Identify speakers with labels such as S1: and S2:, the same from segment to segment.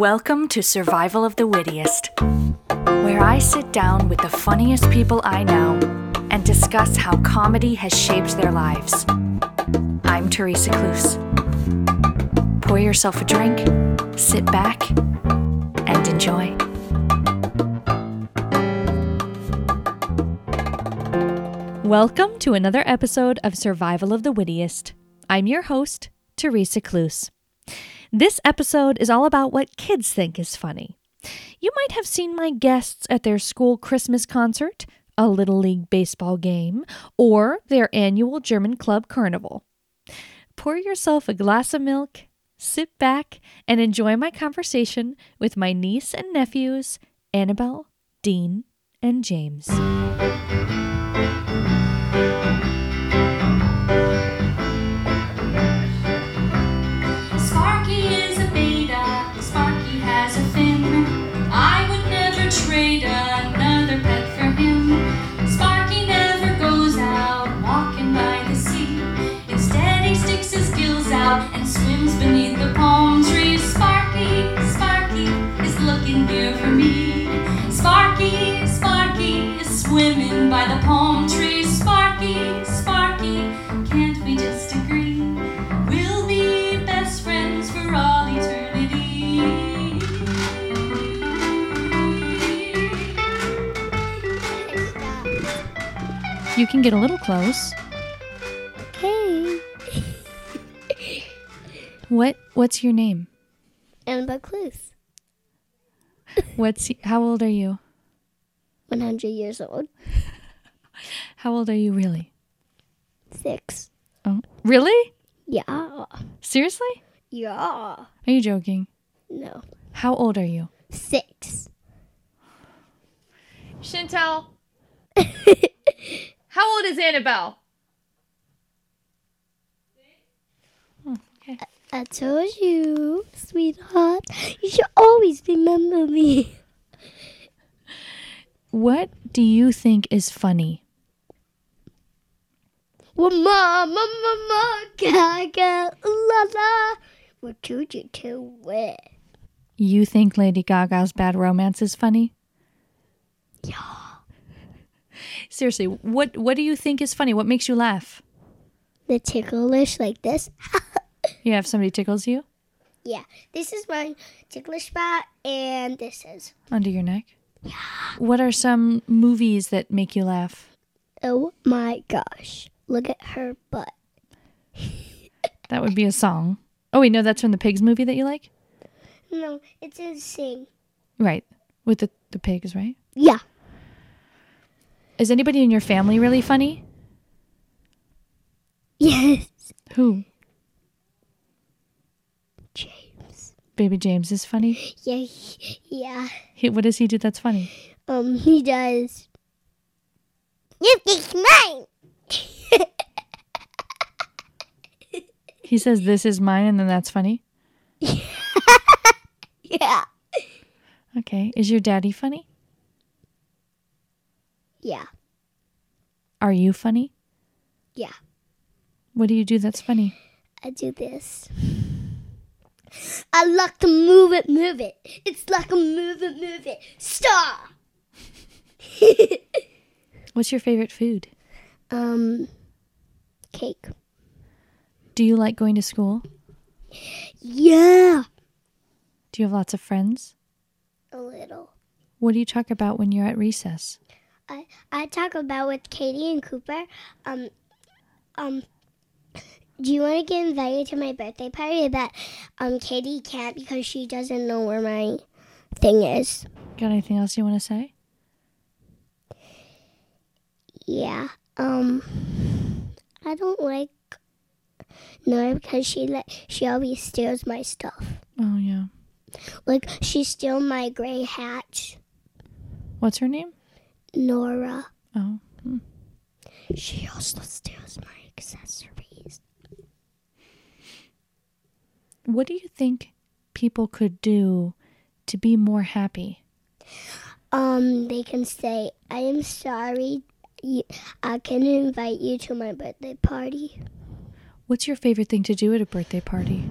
S1: Welcome to Survival of the Wittiest, where I sit down with the funniest people I know and discuss how comedy has shaped their lives. I'm Teresa Cluse. Pour yourself a drink, sit back, and enjoy. Welcome to another episode of Survival of the Wittiest. I'm your host, Teresa Cluse. This episode is all about what kids think is funny. You might have seen my guests at their school Christmas concert, a Little League baseball game, or their annual German club carnival. Pour yourself a glass of milk, sit back, and enjoy my conversation with my niece and nephews, Annabelle, Dean, and James.
S2: Sparky is a beta. Sparky has a fin. I would never trade another pet for him. Sparky never goes out walking by the sea. Instead, he sticks his gills out and swims beneath the palm trees. Sparky, Sparky is looking here for me. Sparky, Sparky is swimming by the palm trees. Sparky, Sparky, can't we just agree? We'll be best friends for all eternity.
S1: You can get a little close.
S3: Hey,
S1: What what's your name?
S3: Annabelle Clues,
S1: What's how old are you?
S3: 100 years old,
S1: How old are you really?
S3: six.
S1: Oh, really?
S3: Yeah,
S1: Seriously?
S3: yeah.
S1: Are you joking?
S3: No,
S1: How old are you?
S3: six.
S4: Chantel, how old is Annabelle?
S3: I told you, sweetheart. You should always remember me.
S1: What do you think is funny?
S3: Well, mama, mama, gaga, la la. What told you to wear?
S1: You think Lady Gaga's Bad Romance is funny? Yeah. Seriously, what what do you think is funny? What makes you laugh?
S3: The ticklish like this.
S1: Yeah, if somebody tickles you
S3: yeah, this is my ticklish spot, and this is
S1: under your neck. Yeah. What are some movies that make you laugh?
S3: oh my gosh. Look at her butt.
S1: That would be a song. Oh wait, no, that's from the pigs movie that you like,
S3: No, it's insane.
S1: right? With the the pigs, right?
S3: Yeah.
S1: Is anybody in your family really funny?
S3: Yes.
S1: Who?
S3: James.
S1: Baby James is funny.
S3: Yeah, he- yeah.
S1: He, what does he do that's funny?
S3: Um, he does. You think mine?
S1: He says, This is mine, and then that's funny.
S3: Yeah.
S1: Okay. Is your daddy funny?
S3: Yeah.
S1: Are you funny?
S3: Yeah.
S1: What do you do that's funny?
S3: I do this. I like to move it, move it. It's like a move it, move it. Stop.
S1: What's your favorite food?
S3: um, cake.
S1: Do you like going to school?
S3: Yeah.
S1: Do you have lots of friends?
S3: A little.
S1: What do you talk about when you're at recess?
S3: I I talk about with Katie and Cooper. Um, um, do you want to get invited to my birthday party? But um, Katie can't because she doesn't know where my thing is.
S1: Got anything else you want to say?
S3: Yeah. Um, I don't like no because she like she always steals my stuff.
S1: Oh, yeah.
S3: Like she stole my gray hat,
S1: What's her name?
S3: Nora.
S1: Oh.
S3: She also steals my accessories.
S1: What do you think people could do to be more happy?
S3: Um, they can say, I am sorry. You, I can invite you to my birthday party.
S1: What's your favorite thing to do at a birthday party?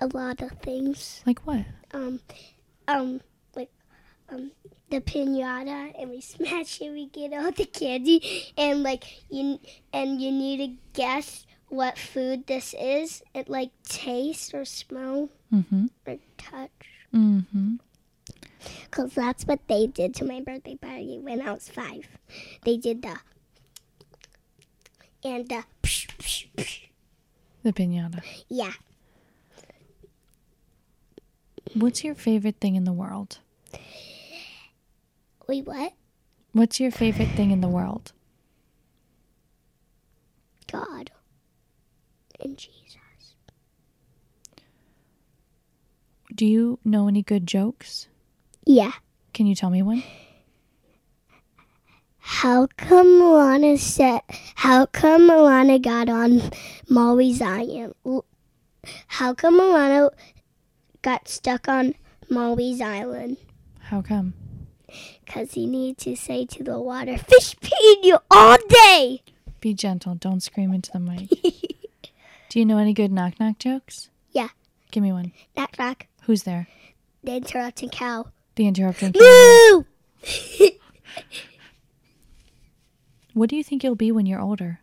S3: a lot of things.
S1: Like what?
S3: Um, um, like um, the pinata, and we smash it. We get all the candy, and like you and you need to guess what food this is. It like taste or smell
S1: Mm-hmm.
S3: or touch.
S1: Mm-hmm.
S3: Because that's what they did to my birthday party when I was five. They did the. And the.
S1: The pinata.
S3: Yeah.
S1: What's your favorite thing in the world?
S3: Wait, what?
S1: What's your favorite thing in the world?
S3: God. And Jesus.
S1: Do you know any good jokes?
S3: Yeah.
S1: Can you tell me one?
S3: How come Milana said. How come Milana got on Molly's Island? L- How come Milana got stuck on Molly's Island?
S1: How come?
S3: Because he needed to say to the water, Fish pee in you all day!
S1: Be gentle. Don't scream into the mic. Do you know any good knock knock jokes?
S3: Yeah.
S1: Give me one.
S3: Knock, knock.
S1: Who's there?
S3: The interrupting cow.
S1: The interrupting.
S3: Boo!
S1: what do you think you'll be when you're older?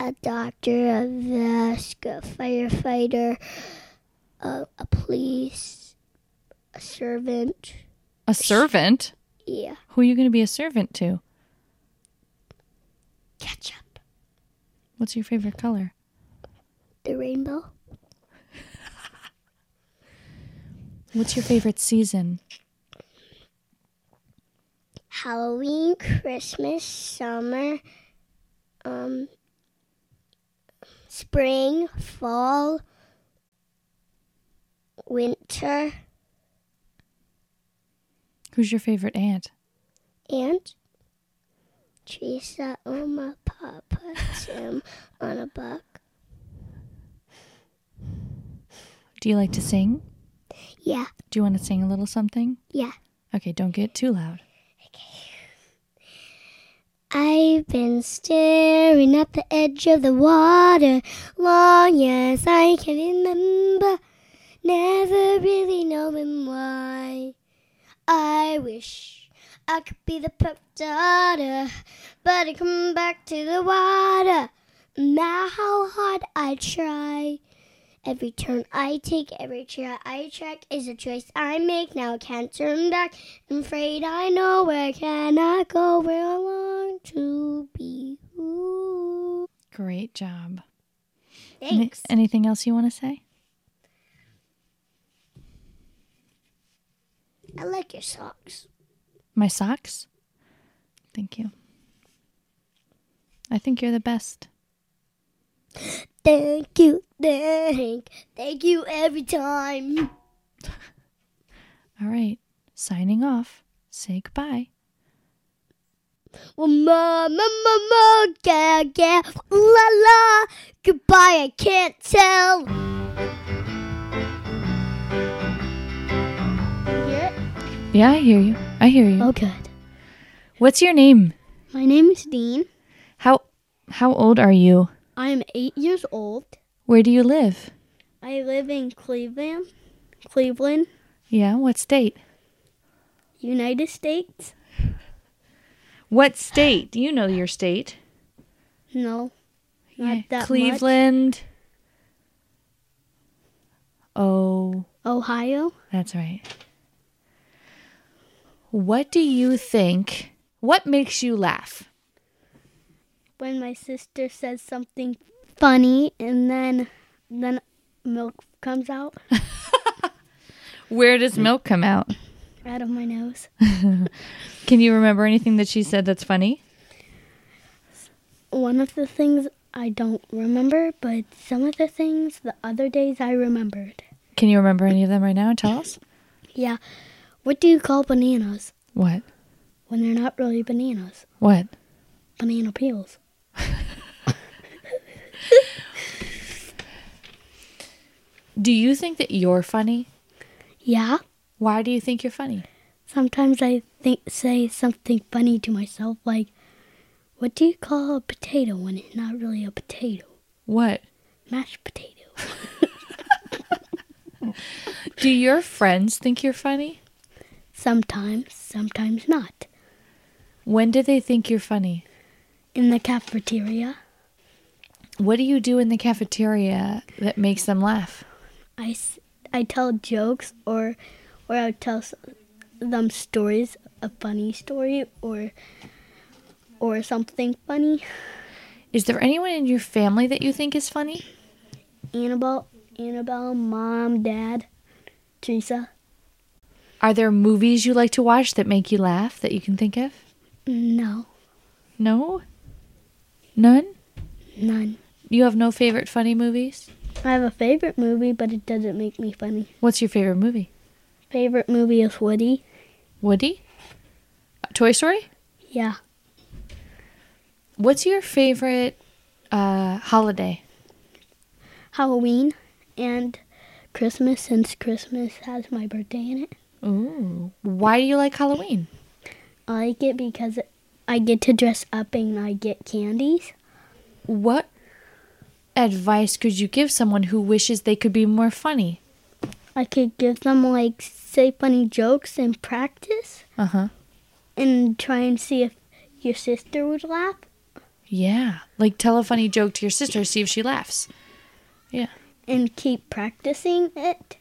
S3: a doctor, a vest, a firefighter, a, a police, a servant.
S1: A servant?
S3: Yeah.
S1: Who are you going to be a servant to?
S3: Catch up.
S1: What's your favorite color?
S3: The rainbow.
S1: What's your favorite season?
S3: Halloween, Christmas, summer, um, spring, fall, winter,
S1: Who's your favorite aunt?
S3: and Teresa, Oma, Papa, Tim, on a buck.
S1: Do you like to sing?
S3: Yeah,
S1: Do you want to sing a little something?
S3: yeah.
S1: Okay, don't get too loud.
S3: I've been staring at the edge of the water long as I can remember, never really knowing why. I wish I could be the perfect daughter, but I come back to the water. No matter how hard I try, every turn I take, every chair I check is a choice I make. Now I can't turn back. I'm afraid I know where can I go where I long to be. Ooh.
S1: Great job. Any-
S3: Thanks.
S1: anything else you want to say?
S3: I like your socks.
S1: My socks? Thank you. I think you're the best.
S3: Thank you, thank, thank you every time.
S1: All right, signing off. Say goodbye.
S3: Well, mama, mama, yeah, yeah, la la. Goodbye, I can't tell.
S1: Yeah, I hear you. I hear you.
S3: Oh, good.
S1: What's your name?
S3: My name is Dean.
S1: How how old are you?
S3: I am eight years old.
S1: Where do you live?
S3: I live in Cleveland, Cleveland,
S1: Yeah, what state?
S3: United States.
S1: What state? Do you know your state?
S3: No,
S1: Yeah,
S3: not that
S1: Cleveland. Oh,
S3: much. Ohio.
S1: that's right. What do you think? What makes you laugh?
S3: When my sister says something funny, and then then milk comes out
S1: Where does milk come out?
S3: out of my nose.
S1: Can you remember anything that she said that's funny?
S3: One of the things I don't remember, but some of the things the other days I remembered.
S1: Can you remember any of them right now? Tell us.
S3: Yeah. What do you call bananas
S1: What?
S3: when they're not really bananas?
S1: What?
S3: Banana peels.
S1: Do you think that you're funny?
S3: Yeah.
S1: Why do you think you're funny?
S3: Sometimes I think say something funny to myself, like, "What do you call a potato when it's not really a potato?
S1: What?
S3: Mashed potato."
S1: Do your friends think you're funny?
S3: Sometimes, sometimes not.
S1: When do they think you're funny?
S3: In the cafeteria,
S1: What do you do in the cafeteria that makes them laugh?
S3: I, s- I tell jokes or or I tell s- them stories, a funny story or or something funny.
S1: Is there anyone in your family that you think is funny?
S3: Annabelle, Annabelle, mom, dad, Teresa.
S1: Are there movies you like to watch that make you laugh that you can think of?
S3: No,
S1: No? None?
S3: none.
S1: You have no favorite funny movies?
S3: I have a favorite movie, but it doesn't make me funny.
S1: What's your favorite movie?
S3: Favorite movie is Woody.
S1: Woody? Uh, Toy Story?
S3: Yeah,
S1: What's your favorite uh, holiday?
S3: Halloween and Christmas since Christmas has my birthday in it.
S1: Ooh. Why do you like Halloween?
S3: I like it because I get to dress up and I get candies.
S1: What advice could you give someone who wishes they could be more funny?
S3: I could give them like say funny jokes and practice
S1: Uh huh.
S3: and try and see if your sister would laugh.
S1: Yeah. Like tell a funny joke to your sister, see if she laughs. Yeah.
S3: and keep practicing it.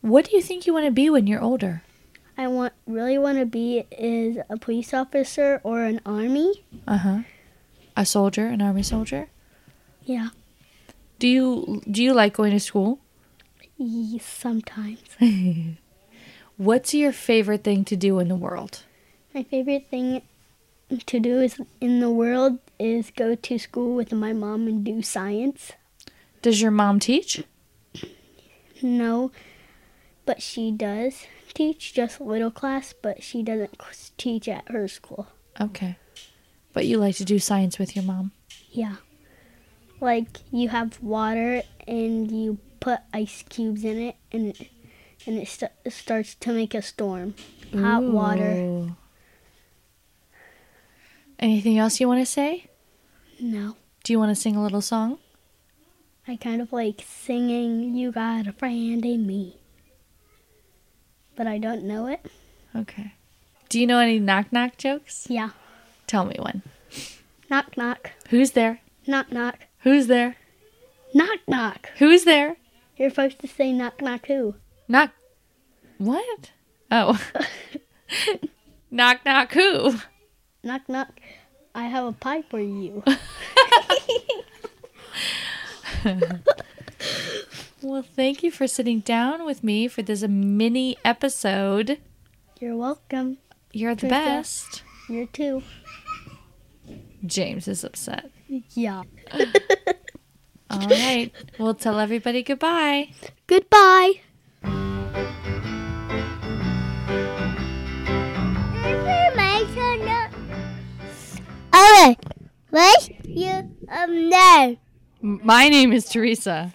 S1: What do you think you want to be when you're older?
S3: I want really want to be is a police officer or an army.
S1: Uh huh. A soldier, an army soldier.
S3: Yeah,
S1: Do you do you like going to school?
S3: ye- sometimes.
S1: What's your favorite thing to do in the world?
S3: My favorite thing to do is in the world is go to school with my mom and do science.
S1: Does your mom teach?
S3: No, but she does teach just little class, but she doesn't c- teach at her school.
S1: Okay. But you like to do science with your mom.
S3: Yeah. Like you have water and you put ice cubes in it and it, and it, st- it starts to make a storm. Hot water.
S1: Ooh. Anything else you want to say?
S3: No.
S1: Do you want to sing a little song?
S3: I kind of like singing You Got a Friend in Me. But I don't know it.
S1: Okay. Do you know any knock knock jokes?
S3: Yeah.
S1: Tell me one.
S3: Knock knock.
S1: Who's there?
S3: Knock knock.
S1: Who's there?
S3: Knock knock.
S1: Who's there?
S3: You're supposed to say knock knock who?
S1: Knock. What? Oh. knock knock who?
S3: Knock knock. I have a pie for you.
S1: Well, thank you for sitting down with me for this mini episode.
S3: You're welcome.
S1: You're the
S3: Thank you.
S1: best.
S3: You're too.
S1: James is upset.
S3: Yeah.
S1: All right. We'll tell everybody goodbye.
S3: Goodbye.
S5: Information. Alright, what's your um, name?
S1: My name is Teresa.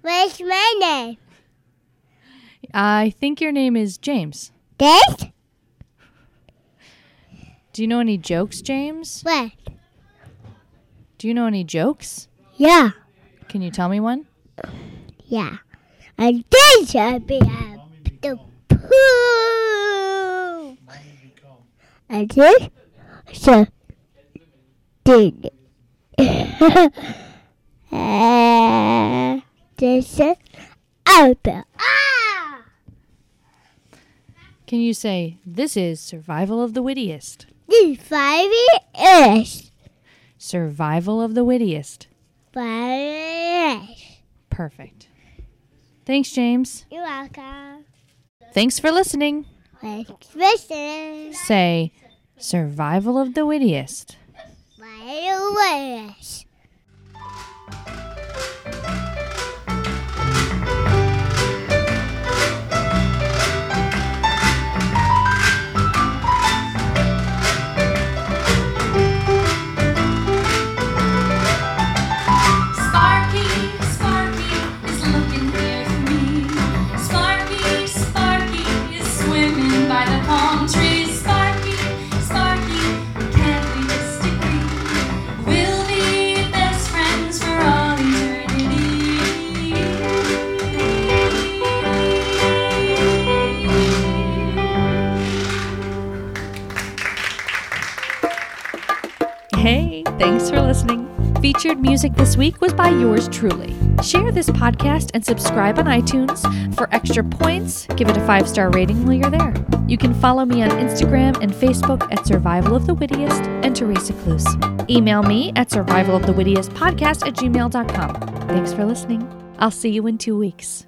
S5: What's my name?
S1: I think your name is James.
S5: This?
S1: Do you know any jokes, James?
S5: What?
S1: Do you know any jokes?
S5: Yeah.
S1: Can you tell me one?
S5: Yeah. And then shall be at the pool. And this shall be uh, this is open. Ah!
S1: Can you say, This is Survival of the Wittiest?
S5: This five is
S1: Survival of the Wittiest.
S5: five is.
S1: Perfect. Thanks, James.
S5: You're welcome.
S1: Thanks for listening.
S5: Let's listen.
S1: Say, Survival of the Wittiest.
S5: Why is?
S2: Sparky, Sparky is looking here for me. Sparky, Sparky is swimming by the palm trees. Sparky, Sparky, can't we just agree? We'll be
S1: Hey, thanks for listening. Featured music this week was by yours truly. Share this podcast and subscribe on iTunes. For extra points, give it a five star rating while you're there. You can follow me on Instagram and Facebook at Survival of the Wittiest and Teresa Cluse. Email me at survivalofthewittiestpodcast at gmail.com. Thanks for listening. I'll see you in two weeks.